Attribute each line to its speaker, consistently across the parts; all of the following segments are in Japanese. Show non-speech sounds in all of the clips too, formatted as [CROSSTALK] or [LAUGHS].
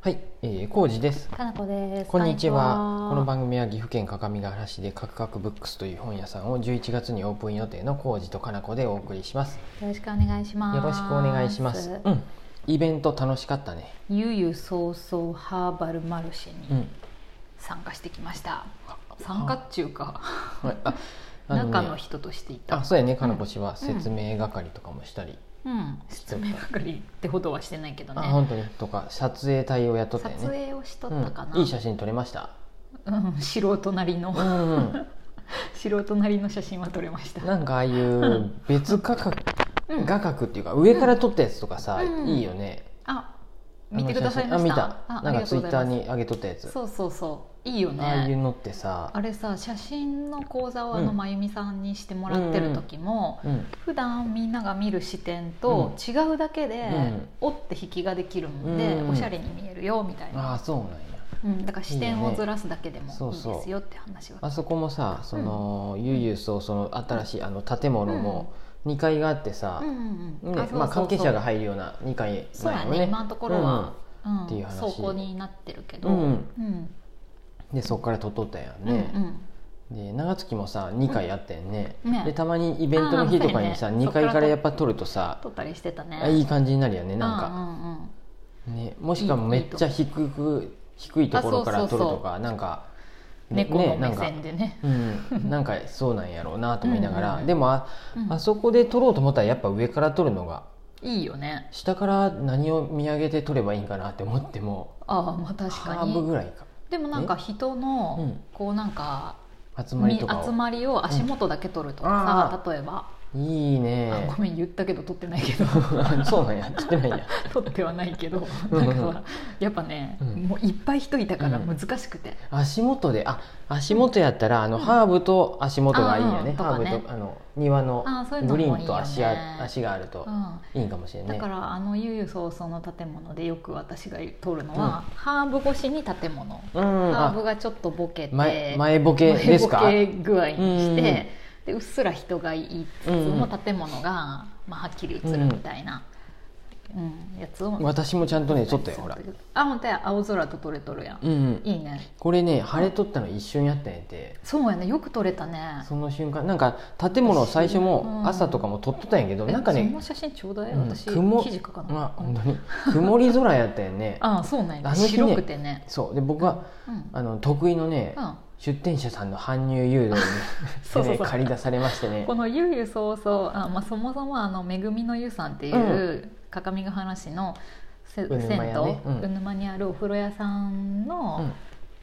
Speaker 1: はい、えー、康二です。
Speaker 2: かなこです。
Speaker 1: こんにちは。この
Speaker 2: こんに
Speaker 1: 番組は岐阜県各務原市でカクカクブックスという本屋さんを11月にオープン予定の康二とかなこでお送りします。
Speaker 2: ちはよろしくお願いします。
Speaker 1: よろしくお願いします。うん、イベント楽しかったね。
Speaker 2: ゆうゆうそうそうハーバルマルシェ
Speaker 1: う
Speaker 2: に
Speaker 1: ん、
Speaker 2: 参加してきました。参加っていうか、
Speaker 1: はい、あ、あ
Speaker 2: 中の
Speaker 1: ね、
Speaker 2: 人としていた。
Speaker 1: あ、そうやね、かなこ氏は説明係とかもしたり、
Speaker 2: うん、説明係ってほどはしてないけど
Speaker 1: あ、
Speaker 2: ね。
Speaker 1: 本当にとか撮影隊を雇った
Speaker 2: 撮
Speaker 1: よね。
Speaker 2: 影をしとったかな。
Speaker 1: うん、いい写真撮れました。
Speaker 2: うん、素人なりの、 [LAUGHS]
Speaker 1: うん、うん、
Speaker 2: 素人なりの写真は撮れました。
Speaker 1: なんかああいう別価格、
Speaker 2: うん
Speaker 1: 画角っていうか上から撮ったやつとかさ、
Speaker 2: うん
Speaker 1: いいよね。
Speaker 2: あ、見てくださいま
Speaker 1: あ
Speaker 2: し
Speaker 1: 見
Speaker 2: た。
Speaker 1: た
Speaker 2: あ
Speaker 1: なんかツイッター。
Speaker 2: ありがとうございま
Speaker 1: に上げとったや
Speaker 2: す
Speaker 1: つ
Speaker 2: そうそうそう、いいよね。
Speaker 1: ああいうのってさ
Speaker 2: あれさ写真の講座をあ
Speaker 1: う
Speaker 2: の
Speaker 1: ん
Speaker 2: まゆみさんにしてもらってる時も、
Speaker 1: うん
Speaker 2: 普段みんなが見る視点と違うだけで、
Speaker 1: うん
Speaker 2: 折って引きができるんで、
Speaker 1: うん
Speaker 2: おしゃれに見えるよみたい
Speaker 1: あ
Speaker 2: な、
Speaker 1: あそうなんや
Speaker 2: うん、だから視点
Speaker 1: いいよ
Speaker 2: を
Speaker 1: ね
Speaker 2: ずらすだけでも
Speaker 1: そう
Speaker 2: いい
Speaker 1: そう
Speaker 2: ですよって話は
Speaker 1: あそこもさその、ゆうゆうそうその新しいあの建物も2階があってさ、
Speaker 2: うんうんうん
Speaker 1: ね
Speaker 2: あそうそうそう
Speaker 1: まあ、関係者が入るような2階
Speaker 2: そう
Speaker 1: な
Speaker 2: や
Speaker 1: んよ
Speaker 2: ね今のところは、うん
Speaker 1: っていう話
Speaker 2: 倉庫になってるけど、
Speaker 1: うん
Speaker 2: うん
Speaker 1: うんでそこから撮っとったやん
Speaker 2: うん
Speaker 1: ね
Speaker 2: う、ん
Speaker 1: で長月もさ2階やったやんね,、
Speaker 2: うんね
Speaker 1: でたまにイベントの日とかにさ、
Speaker 2: あーそうやね
Speaker 1: 2階からやっぱ撮るとさ
Speaker 2: 撮ったりしてたね
Speaker 1: あいい感じになるよねなんか、
Speaker 2: うんうんうん
Speaker 1: ね、もしくはめっちゃ低く低いところから撮るとかなんか
Speaker 2: 猫の目
Speaker 1: ね
Speaker 2: 線でね
Speaker 1: なんか、うん、なんかそうなんやろうなと思いながら、
Speaker 2: うんうん
Speaker 1: でもあ,、
Speaker 2: うん
Speaker 1: あそこで撮ろうと思ったらやっぱ上から撮るのが
Speaker 2: いいよね
Speaker 1: 下から何を見上げて撮ればいいんかなって思っても
Speaker 2: ああまあ確か
Speaker 1: ハ
Speaker 2: に
Speaker 1: ーブぐらいか
Speaker 2: でもなんか人の、
Speaker 1: うん
Speaker 2: こうなんか
Speaker 1: 集まり
Speaker 2: に
Speaker 1: とか
Speaker 2: 集
Speaker 1: を
Speaker 2: まりを足元だけ取るとか
Speaker 1: うんあ
Speaker 2: さ、例えば、
Speaker 1: いい
Speaker 2: あ
Speaker 1: ね
Speaker 2: ごめん言ったけど取ってないけど [LAUGHS]
Speaker 1: [LAUGHS] そうなんや撮ってないんや
Speaker 2: 取ってはないけど
Speaker 1: うんう
Speaker 2: なんんかやっぱね、
Speaker 1: うん
Speaker 2: もういっぱい人いたから難しくて、
Speaker 1: 足元であ足元やったらあの、ハーブと足元がいいんやね,、
Speaker 2: うん
Speaker 1: ハーブ
Speaker 2: とか
Speaker 1: と
Speaker 2: ね
Speaker 1: あの庭の
Speaker 2: あーそういうの
Speaker 1: グ
Speaker 2: もい
Speaker 1: リ
Speaker 2: いよ
Speaker 1: ーンと
Speaker 2: ね
Speaker 1: 足あ足があると
Speaker 2: うん
Speaker 1: いいかもしれない、
Speaker 2: だからあのゆうゆうそうそうの建物でよく私が取るのは、ハーブ越しに建物、
Speaker 1: うん、
Speaker 2: ハーブ
Speaker 1: あ
Speaker 2: がちょっとボケて
Speaker 1: 前前ボケですか
Speaker 2: 前ボケ具合に
Speaker 1: うんうん
Speaker 2: して、でうっすら人がいつつも建物が、まあ、はっきり映るみたいな、うんやつを
Speaker 1: 私もちゃんとね撮ったよほら、
Speaker 2: あ本当や青空と撮れとるやん、
Speaker 1: うんうん、
Speaker 2: いいね
Speaker 1: これね晴れとったの一瞬やったんやて
Speaker 2: そうやねよく撮れたね
Speaker 1: その瞬間なんか建物を最初
Speaker 2: う
Speaker 1: も
Speaker 2: ん
Speaker 1: 朝とかも撮っとったんやけど
Speaker 2: え
Speaker 1: なんか
Speaker 2: そ
Speaker 1: ね
Speaker 2: の写真ちょうだい、
Speaker 1: うん
Speaker 2: 私記
Speaker 1: 雲
Speaker 2: 事書かな
Speaker 1: あ本当に曇り空やったよね
Speaker 2: あそうなん
Speaker 1: あ
Speaker 2: や、
Speaker 1: の日ね
Speaker 2: 白くてね
Speaker 1: そうで僕は
Speaker 2: うん、うん
Speaker 1: あの得意のね出店者さんの搬入誘導
Speaker 2: そ
Speaker 1: に
Speaker 2: うそう
Speaker 1: ね
Speaker 2: そう
Speaker 1: 借り出されましてね
Speaker 2: この「ゆうゆうそうそう」あまあ、そもそもあの「めぐみのゆ」さんっていう、
Speaker 1: う
Speaker 2: 各務原市のせ
Speaker 1: うぬ
Speaker 2: 銭
Speaker 1: ま
Speaker 2: 湯
Speaker 1: やねうん
Speaker 2: うぬまにあるお風呂屋さんの、
Speaker 1: うん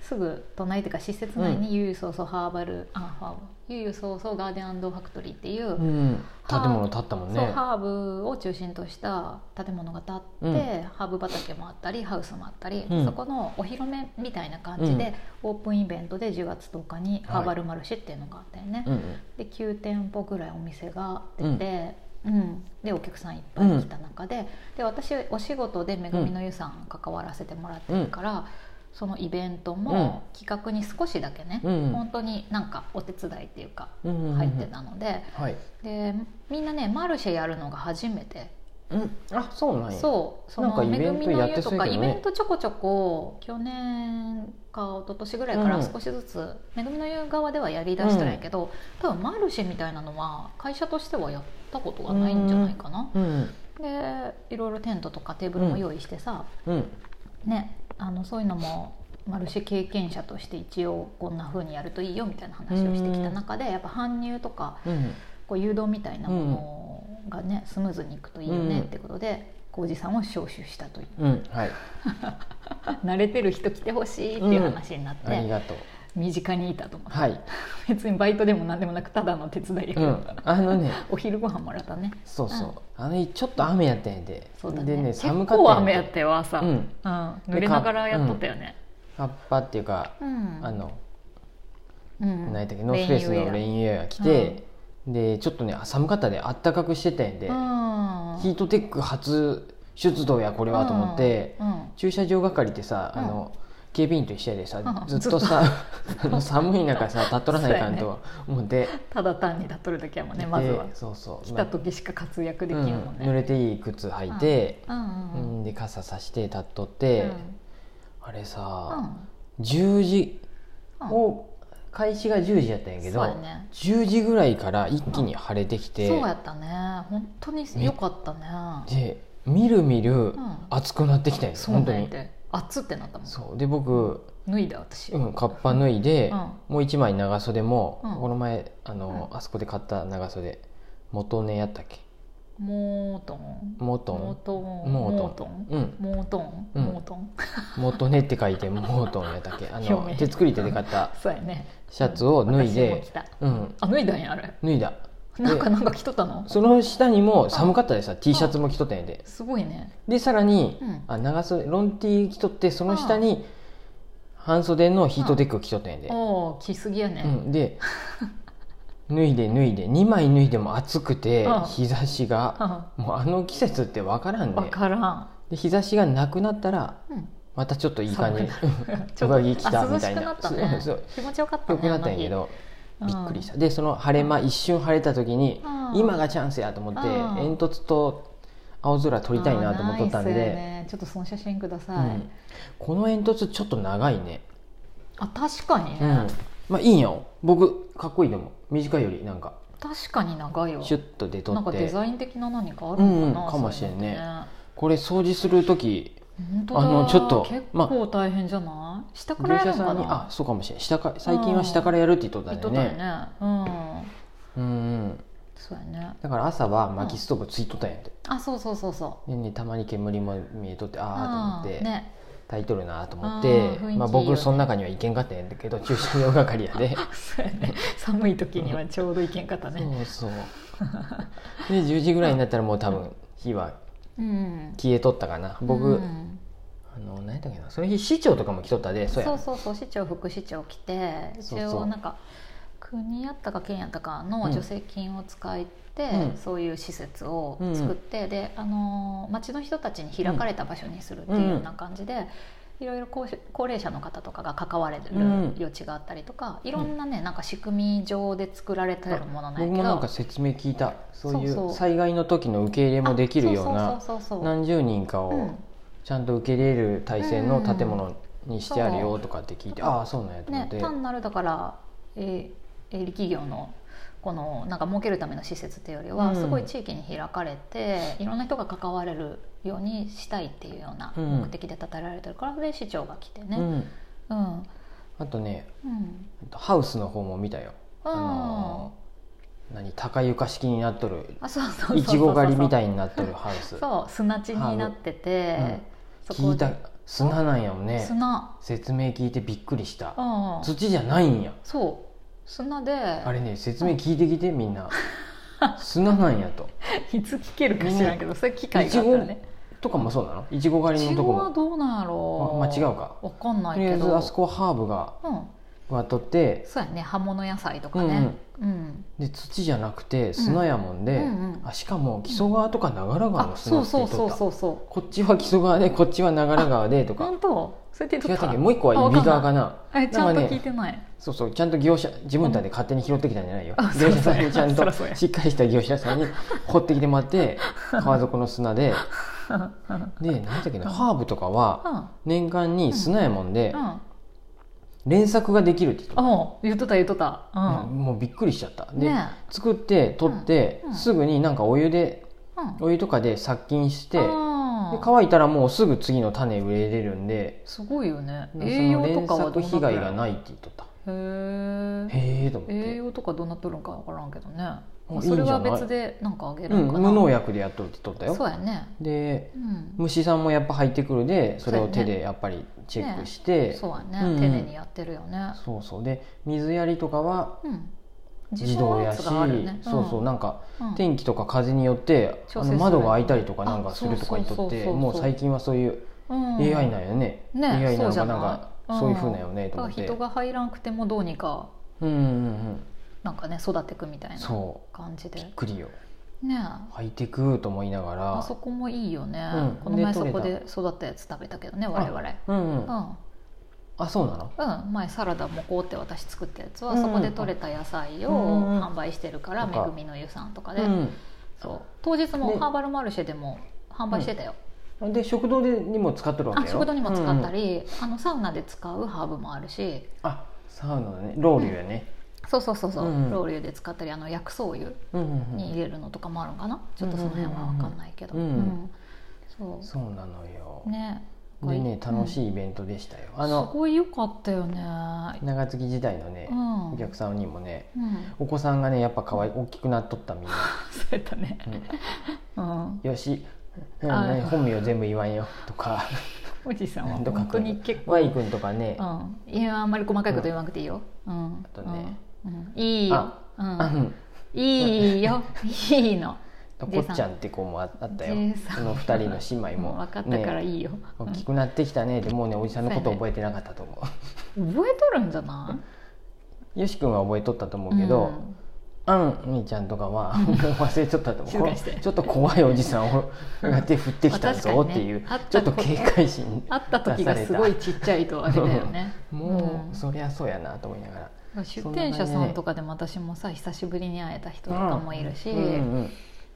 Speaker 2: すぐ隣というか施設内
Speaker 1: う
Speaker 2: に「ゆうゆうそうそうハーバル」あハーバル「ゆうゆうそうそうガーデンファクトリー」っていう、
Speaker 1: うん建物建ったもん
Speaker 2: そう
Speaker 1: ね
Speaker 2: ハーブを中心とした建物が建って、
Speaker 1: うん
Speaker 2: ハーブ畑もあったりハウスもあったり、
Speaker 1: うん
Speaker 2: そこのお披露目みたいな感じで、オープンイベントで10月10日にハーバルマルシェっていうのがあったよね、
Speaker 1: うん
Speaker 2: で9店舗ぐらいお店が出て、うんでお客さんいっぱい来た中で,、で私お仕事で「めぐみの湯さん関わらせてもらってるから、そのイベントも企画に少しだけね、
Speaker 1: うん
Speaker 2: 本当になんかお手伝いっていうか
Speaker 1: うんうんうんうん
Speaker 2: 入ってたので。
Speaker 1: はい
Speaker 2: でみんなねマルシェやるのが初めて、
Speaker 1: うんあそうなんや
Speaker 2: そうそ
Speaker 1: なんか
Speaker 2: の「
Speaker 1: イ
Speaker 2: め
Speaker 1: ベ
Speaker 2: ぐ
Speaker 1: ン
Speaker 2: み
Speaker 1: トや
Speaker 2: の
Speaker 1: って
Speaker 2: 湯」と
Speaker 1: そうや
Speaker 2: か
Speaker 1: けど
Speaker 2: イ
Speaker 1: ね
Speaker 2: ベントちょこちょこ去年か一昨年ぐらいか
Speaker 1: う
Speaker 2: ら
Speaker 1: ん
Speaker 2: 少しずつ「めぐみの湯」側ではやりだしたんやけど、多分マルシェみたいなのは会社としてはやったことがないんじゃないかな、
Speaker 1: うん
Speaker 2: でいろいろテントとかテーブルも用意してさ、
Speaker 1: うん
Speaker 2: ねあのそういうのもマルシェ経験者として一応こんな風にやるといいよみたいな話をしてきた中でやっぱ搬入とか
Speaker 1: うん
Speaker 2: こう誘導みたいなものがね、スムーズにいくといいよねってことで浩二さんを招集したという
Speaker 1: うんはい
Speaker 2: 慣れてる人来てほしいっていう話になって、
Speaker 1: ありがとう
Speaker 2: 身近にいたと思って、
Speaker 1: はい
Speaker 2: 別にバイトでも何でもなくただの手伝いやか
Speaker 1: う
Speaker 2: ら、
Speaker 1: んあのね
Speaker 2: お昼ご飯もらったね
Speaker 1: そうそう、あの日ちょっと雨やったんやで
Speaker 2: そうだね
Speaker 1: でね
Speaker 2: 結
Speaker 1: 寒かった
Speaker 2: 構
Speaker 1: ん
Speaker 2: 雨や
Speaker 1: や
Speaker 2: ってたよ朝、
Speaker 1: う
Speaker 2: うんん濡れながらやっとったよね、
Speaker 1: 葉っぱっていうか、
Speaker 2: うん
Speaker 1: あの
Speaker 2: うん
Speaker 1: 何やったっけノースペースのレイ
Speaker 2: ン
Speaker 1: ンウェア着て、でちょっとね寒かったであったかくしてたんやで、
Speaker 2: ウェア
Speaker 1: ヒートテック初出動やこれはと思って、
Speaker 2: うんうん
Speaker 1: 駐車場係ってさ、
Speaker 2: うん
Speaker 1: あの警備員と一緒やでさ、
Speaker 2: うん
Speaker 1: ずっと
Speaker 2: [LAUGHS]
Speaker 1: さあの寒い中さ立っとらないかんと思って、
Speaker 2: ただ単に立っとるだけやもんねまずは
Speaker 1: でそうそう
Speaker 2: 来た時しか活躍できる
Speaker 1: う
Speaker 2: もん
Speaker 1: ん濡
Speaker 2: ね、
Speaker 1: れていい靴履いて、
Speaker 2: うんうんうん
Speaker 1: うんで傘さして立っとって、
Speaker 2: うん
Speaker 1: あれ
Speaker 2: う
Speaker 1: さ、
Speaker 2: ん
Speaker 1: 10時
Speaker 2: うん
Speaker 1: を開始が10時やったんやけど、
Speaker 2: そうやね
Speaker 1: 10時ぐらいから一気に晴れてきて、
Speaker 2: そうやったね本当に良かったね
Speaker 1: でみるみる
Speaker 2: ん
Speaker 1: 暑くなってきたんです、
Speaker 2: そう
Speaker 1: 本当
Speaker 2: なん
Speaker 1: に
Speaker 2: で熱ってなったもん
Speaker 1: そうで僕、
Speaker 2: 脱いだ私
Speaker 1: う
Speaker 2: うん
Speaker 1: ん、カッパ脱いで、
Speaker 2: うん
Speaker 1: もう一枚長袖も、
Speaker 2: うん
Speaker 1: この前あの、あそこで買った長袖元根やったっけ
Speaker 2: モートン
Speaker 1: モト
Speaker 2: モー
Speaker 1: ン
Speaker 2: トン
Speaker 1: モートンうん
Speaker 2: モートン
Speaker 1: うん
Speaker 2: モートン [LAUGHS]
Speaker 1: 元根って書いてモートンやったっけあ
Speaker 2: 表
Speaker 1: の
Speaker 2: 面
Speaker 1: 手作り手で買った
Speaker 2: そうやね
Speaker 1: シャツを脱い
Speaker 2: 私も
Speaker 1: で
Speaker 2: 着、た
Speaker 1: うん、
Speaker 2: あ脱いだんやあれ
Speaker 1: 脱いだで
Speaker 2: なんかなんか着とったの
Speaker 1: その下にも寒かったでさ T シャツも着とったんやです
Speaker 2: ごいね
Speaker 1: でさらに、
Speaker 2: うん
Speaker 1: あ長袖ロン T 着とってその下に半袖のヒートテック着とったんやで、
Speaker 2: おお着すぎや
Speaker 1: う
Speaker 2: [LAUGHS] ね
Speaker 1: ん、で脱いで脱いで2枚脱いでも暑くて
Speaker 2: うん
Speaker 1: 日差しが
Speaker 2: わ
Speaker 1: もうあの季節って分からんで
Speaker 2: からん
Speaker 1: で日差しがなくなったら
Speaker 2: うん
Speaker 1: またちょっといい感じ
Speaker 2: ちょっと
Speaker 1: [LAUGHS]
Speaker 2: あ
Speaker 1: 上着着たみたいな
Speaker 2: 涼しくなったね
Speaker 1: そうそう
Speaker 2: 気持ちよかったね
Speaker 1: よくなったんやけど
Speaker 2: あの
Speaker 1: び
Speaker 2: 日
Speaker 1: っくりしたでその晴れ間一瞬晴れた時に
Speaker 2: うん
Speaker 1: 今がチャンスやと思って
Speaker 2: うん
Speaker 1: 煙突と青空撮りたいなと思っとったん
Speaker 2: あーナイスや
Speaker 1: で、
Speaker 2: ねちょっとその写真くだ
Speaker 1: う
Speaker 2: さい、
Speaker 1: ん、この煙突ちょっと長いね
Speaker 2: あ確かにね、
Speaker 1: うんまあいいんよ僕かっこいいと思う短いよりなんか
Speaker 2: 確かに長いわ
Speaker 1: シュッと出と
Speaker 2: なんか
Speaker 1: っ
Speaker 2: デ
Speaker 1: て
Speaker 2: ザイン的な何かあるのか
Speaker 1: うんう
Speaker 2: な、
Speaker 1: んかもしれんね
Speaker 2: そういうのって
Speaker 1: これ掃除する時
Speaker 2: 本当だ
Speaker 1: あのちょっと
Speaker 2: 結
Speaker 1: まあ
Speaker 2: 構大変じゃない、下か
Speaker 1: 業
Speaker 2: らやる
Speaker 1: 者さ
Speaker 2: のか
Speaker 1: んにあ
Speaker 2: な
Speaker 1: そうかもしれん下か最近は下からやるって言っとった
Speaker 2: 言っ
Speaker 1: んだ
Speaker 2: と
Speaker 1: よ
Speaker 2: ったよ
Speaker 1: ね
Speaker 2: ねうん
Speaker 1: うんうん
Speaker 2: そうやね
Speaker 1: だから朝は薪ストーブついとったんやって、
Speaker 2: あそうそうそうそう
Speaker 1: でねたまに煙も見えとってああと思っ
Speaker 2: う
Speaker 1: て、
Speaker 2: んね [LAUGHS]
Speaker 1: タイトルなと思っ
Speaker 2: あ
Speaker 1: て
Speaker 2: ー雰囲気いいよね
Speaker 1: まあ、僕その中には行けんかったんやけど駐車場係や
Speaker 2: [LAUGHS]
Speaker 1: で
Speaker 2: そうやね寒い時にはちょうどいけんかったね
Speaker 1: そうそうで10時ぐらいになったらもう多分火は
Speaker 2: うん
Speaker 1: 消えとったかな僕、
Speaker 2: うん
Speaker 1: あの何やったっけなその日市長とかも来とったでそうや
Speaker 2: そうそうそう市長副市長来て
Speaker 1: そうそう
Speaker 2: 一応なんか国やったか県やったかの助成金を使
Speaker 1: う
Speaker 2: って、
Speaker 1: ん
Speaker 2: そういう施設を作って、であのー町の人たちに開かれた場所にするって
Speaker 1: うん
Speaker 2: いうような感じで。いろいろ高し高齢者の方とかが関われる
Speaker 1: うん
Speaker 2: 余地があったりとか、いろんなねなんか仕組み上で作られてるものなんやけど
Speaker 1: 僕もなんか説明聞いたそうい
Speaker 2: そうそうう
Speaker 1: 災害の時の受け入れもできるよう
Speaker 2: あ
Speaker 1: な
Speaker 2: そうそうそうそう
Speaker 1: 何十人か
Speaker 2: う
Speaker 1: を
Speaker 2: ん
Speaker 1: ちゃんと受け入れる体制の建物にしてあるよとかって聞いて、
Speaker 2: うんうん
Speaker 1: ああそうなんやと思っ
Speaker 2: ね
Speaker 1: て、、
Speaker 2: 単なるだからえー営利企業のこのなんか儲けるための施設っていうよりは、
Speaker 1: うん
Speaker 2: すごい地域に開かれていろんな人が関われるようにしたいっていうような
Speaker 1: うん
Speaker 2: 目的で建てられてるから、で市長が来て
Speaker 1: う
Speaker 2: ね。
Speaker 1: ん、
Speaker 2: うん、うん
Speaker 1: あとねハウスの方も見たよ、あのー何高床式になっとる
Speaker 2: あそうそうそうそうそう
Speaker 1: いちご狩りみたいになっとるハウス
Speaker 2: そう砂地になってて、そこ
Speaker 1: 聞いた砂なんやもんね
Speaker 2: 砂、
Speaker 1: 説明聞いてびっくりした
Speaker 2: うん、
Speaker 1: 土じゃないんや
Speaker 2: そう砂で
Speaker 1: あれね説明聞いてきてみんな砂なんやと
Speaker 2: [LAUGHS] いつ聞けるか知らんけど、そういう機会があったらね
Speaker 1: とかもそうなのいちご狩り
Speaker 2: い
Speaker 1: の
Speaker 2: ち
Speaker 1: と
Speaker 2: ご
Speaker 1: こ
Speaker 2: は
Speaker 1: も
Speaker 2: どうなんやろう
Speaker 1: あまあ違うか
Speaker 2: わかんない
Speaker 1: とりあ
Speaker 2: け
Speaker 1: え
Speaker 2: ど
Speaker 1: ずあそこはハーブが
Speaker 2: うん
Speaker 1: 割っとって
Speaker 2: そうやね葉物野菜とかねうん、
Speaker 1: で土じゃなくて砂やもんで、
Speaker 2: うんうんうん
Speaker 1: あしかも木曽川とか長良川
Speaker 2: あ
Speaker 1: の砂
Speaker 2: そ
Speaker 1: っ
Speaker 2: う
Speaker 1: て言
Speaker 2: そ
Speaker 1: っとっ
Speaker 2: うそう
Speaker 1: た
Speaker 2: そうそう
Speaker 1: こっちは木曽川でこっちは長良川でとか
Speaker 2: 本当そうやって
Speaker 1: 違
Speaker 2: 言
Speaker 1: っ
Speaker 2: っと
Speaker 1: た
Speaker 2: っ
Speaker 1: ったけもう一個は指側かな
Speaker 2: えちゃん
Speaker 1: な
Speaker 2: と
Speaker 1: んか
Speaker 2: 聞い
Speaker 1: ね
Speaker 2: てない、
Speaker 1: そうそうちゃんと業者自分たちで勝手に拾ってきたんじゃないよ、
Speaker 2: あ
Speaker 1: 業者さん
Speaker 2: そうそう
Speaker 1: にちゃん
Speaker 2: そ
Speaker 1: と
Speaker 2: らそうや
Speaker 1: しっかりした業者さんに掘ってきてもらっ
Speaker 2: [LAUGHS]
Speaker 1: て川底の砂でで何だっけなハーブとかは
Speaker 2: うん
Speaker 1: 年間に砂やもんで
Speaker 2: うん
Speaker 1: 連作ができるって言っとっ
Speaker 2: あ言っとった言っとったう
Speaker 1: た
Speaker 2: ん、
Speaker 1: もうびっくりしちゃったで
Speaker 2: ね
Speaker 1: 作って取って
Speaker 2: うんうん
Speaker 1: すぐになんかお湯で
Speaker 2: うん
Speaker 1: お湯とかで殺菌してで
Speaker 2: あー
Speaker 1: 乾いたらもうすぐ次の種植えれるんです
Speaker 2: ごいよね
Speaker 1: その
Speaker 2: 栄養と
Speaker 1: 連
Speaker 2: かはど
Speaker 1: 作被
Speaker 2: うなっとる
Speaker 1: 害
Speaker 2: んや
Speaker 1: が
Speaker 2: ろ
Speaker 1: ないって言っとった
Speaker 2: へえ
Speaker 1: へえと思っ
Speaker 2: 栄
Speaker 1: て
Speaker 2: 養とかどうなっとるんかわからんけどね、ま
Speaker 1: いいん
Speaker 2: あ、
Speaker 1: じゃ
Speaker 2: そ
Speaker 1: な
Speaker 2: れ
Speaker 1: い
Speaker 2: は別でなんかあげる
Speaker 1: うんん
Speaker 2: かな、
Speaker 1: 無農薬でやっとるって言っとった
Speaker 2: そ
Speaker 1: よ
Speaker 2: うやね
Speaker 1: で
Speaker 2: うん
Speaker 1: 虫さんもやっぱ入ってくるでそれを
Speaker 2: そう
Speaker 1: 手
Speaker 2: やね
Speaker 1: でやっぱりチェックして
Speaker 2: そうやね、
Speaker 1: うんうん
Speaker 2: 丁寧にやってるよね
Speaker 1: そうそうで水やりとかは
Speaker 2: うん
Speaker 1: 自動やし
Speaker 2: 自動圧があるね
Speaker 1: そうそうなんか
Speaker 2: うん
Speaker 1: 天気とか風によってあ
Speaker 2: 調整す
Speaker 1: の
Speaker 2: る
Speaker 1: 窓が開いたりとかなんか
Speaker 2: あ
Speaker 1: するとかにとっ
Speaker 2: そうそうそう
Speaker 1: て
Speaker 2: そう
Speaker 1: もう最近はそういう AI なんよね
Speaker 2: ね
Speaker 1: AI な
Speaker 2: そう
Speaker 1: の
Speaker 2: じ
Speaker 1: か
Speaker 2: ゃな
Speaker 1: ないんかそういうふうなんよねと
Speaker 2: だ
Speaker 1: 思
Speaker 2: から
Speaker 1: って
Speaker 2: 人が入らんくてもどうにか
Speaker 1: うんうんうん
Speaker 2: なんかね育っていくみたいな
Speaker 1: そ
Speaker 2: 感じ
Speaker 1: うび
Speaker 2: で
Speaker 1: っくりよ
Speaker 2: ね
Speaker 1: ハイテクと思いなが
Speaker 2: あ
Speaker 1: ら
Speaker 2: そこもいいよね、
Speaker 1: うん
Speaker 2: この前
Speaker 1: で
Speaker 2: そ
Speaker 1: 取れ
Speaker 2: こ
Speaker 1: た
Speaker 2: で育ったやつ食べたけどね我々
Speaker 1: うんうん
Speaker 2: うん
Speaker 1: あそうなの
Speaker 2: うん、前サラダもこうって私作ったやつは、
Speaker 1: うん
Speaker 2: そこで採れた野菜を
Speaker 1: うん
Speaker 2: 販売してるから「
Speaker 1: と
Speaker 2: め
Speaker 1: か
Speaker 2: ぐみの湯さん」とか
Speaker 1: う
Speaker 2: で、
Speaker 1: ん
Speaker 2: そう当日も
Speaker 1: ね
Speaker 2: ハーバルマルシェでも販売してたよ、
Speaker 1: で食堂でにも使ってるわけ
Speaker 2: あ
Speaker 1: よ
Speaker 2: 食堂にも使った
Speaker 1: うんうん
Speaker 2: り、あのサウナで使うハーブもあるし
Speaker 1: あサウナねロウリュやね、
Speaker 2: そうそうそうそう、
Speaker 1: うんうん
Speaker 2: ロウリュで使ったりあの薬草湯
Speaker 1: うんうんうん
Speaker 2: に入れるのとかもあるのかな、ちょっとその辺は分かんないけど、
Speaker 1: うん
Speaker 2: そ
Speaker 1: そうなのよ
Speaker 2: うね
Speaker 1: でね楽
Speaker 2: い、
Speaker 1: しいイベントでしたよ、
Speaker 2: うん
Speaker 1: あ
Speaker 2: す
Speaker 1: の
Speaker 2: ごい良かったよね
Speaker 1: 長月時代のね
Speaker 2: う、ん
Speaker 1: お客さんにもね
Speaker 2: うん
Speaker 1: お子さんがねやっぱ可愛い大きくなっとったみんな、
Speaker 2: そうやったね [LAUGHS] うん
Speaker 1: うんよし、うん
Speaker 2: あ
Speaker 1: 何本名全部言わんよと
Speaker 2: [LAUGHS]
Speaker 1: か
Speaker 2: おじさんは
Speaker 1: とか
Speaker 2: 本当に結構
Speaker 1: Y 君とかね、
Speaker 2: うん、いやあんまり細かいこと言わなくていいよ、うん、あ
Speaker 1: とね、
Speaker 2: うん、いいよ、う、
Speaker 1: あうんん
Speaker 2: い
Speaker 1: [LAUGHS]
Speaker 2: いよいいの
Speaker 1: こっちゃんって子もああったよ
Speaker 2: J さん
Speaker 1: その二人の姉妹
Speaker 2: も
Speaker 1: も
Speaker 2: う分かったから
Speaker 1: ね
Speaker 2: いいよ、う
Speaker 1: 大
Speaker 2: ん
Speaker 1: きくなってきたねでもうねおじさんのこと覚えてなかったと思
Speaker 2: 覚えとるんじゃな
Speaker 1: うよし君は覚えとったと思
Speaker 2: いう
Speaker 1: けど、
Speaker 2: うん
Speaker 1: あんみーちゃんとか
Speaker 2: [LAUGHS]
Speaker 1: はもう忘れちゃったと思う
Speaker 2: 静かにして
Speaker 1: こちょっと怖いおじさんをが手振ってきたぞっていう、
Speaker 2: まあ確
Speaker 1: ち
Speaker 2: か
Speaker 1: ょっ
Speaker 2: にね
Speaker 1: と警戒心
Speaker 2: 会った時がすごいちっちゃいとあれだよね
Speaker 1: も
Speaker 2: ん
Speaker 1: うそりゃそうやなと思いながら、
Speaker 2: 出店者さんとかでも私もさ久しぶりに会えた人とかもいるし、
Speaker 1: う
Speaker 2: うんん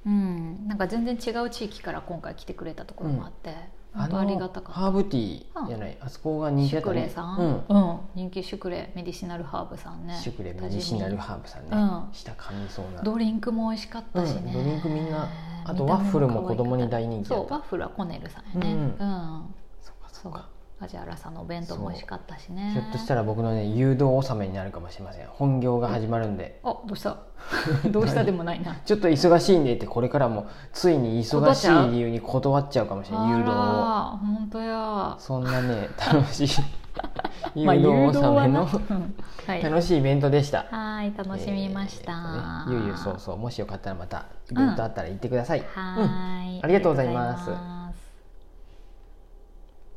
Speaker 1: うん
Speaker 2: なんか全然違う地域から今回来てくれたところもあって、
Speaker 1: あ
Speaker 2: 本当ありが
Speaker 1: の
Speaker 2: たかった
Speaker 1: ハーブティーじゃないあそこが人気
Speaker 2: シ
Speaker 1: だ
Speaker 2: ュ
Speaker 1: った
Speaker 2: クレ
Speaker 1: ね
Speaker 2: さん、
Speaker 1: う
Speaker 2: うん人気シュクレメディシナルハーブさんね
Speaker 1: シュクレメディシナルハーブさんね、
Speaker 2: うん
Speaker 1: 下噛みそうな
Speaker 2: ドリンクも美味しかったしね、
Speaker 1: うんドリンクみんなあと
Speaker 2: 見た目可愛かった
Speaker 1: ワッフルも子供に大人気だ
Speaker 2: そ
Speaker 1: っ
Speaker 2: う
Speaker 1: た
Speaker 2: ワッフルはコネルさんやね
Speaker 1: うん
Speaker 2: うん、
Speaker 1: そうかそ
Speaker 2: そうう
Speaker 1: か
Speaker 2: アジアラさんのお弁当も美味しかったしね
Speaker 1: ひょっとしたら僕のね誘導納めになるかもしれません本業が始まるんで、
Speaker 2: あどうした [LAUGHS] どうしたでもな
Speaker 1: [LAUGHS]
Speaker 2: いな
Speaker 1: ちょっと忙しいんでってこれからもついに忙しい理由に断っちゃうかもしれない誘導を
Speaker 2: あら本当や
Speaker 1: そんなね楽しい誘
Speaker 2: [LAUGHS] まあ
Speaker 1: 導
Speaker 2: 誘導
Speaker 1: 納
Speaker 2: は
Speaker 1: め
Speaker 2: な、う
Speaker 1: の [LAUGHS]
Speaker 2: んはい、は
Speaker 1: 楽しいイベントでした、
Speaker 2: ーい楽しみました、
Speaker 1: えーえっとねゆうゆうそうそうもしよかったらまたイベントあったら行ってください、
Speaker 2: はーい、
Speaker 1: ありがとうございます
Speaker 2: ありがとうござい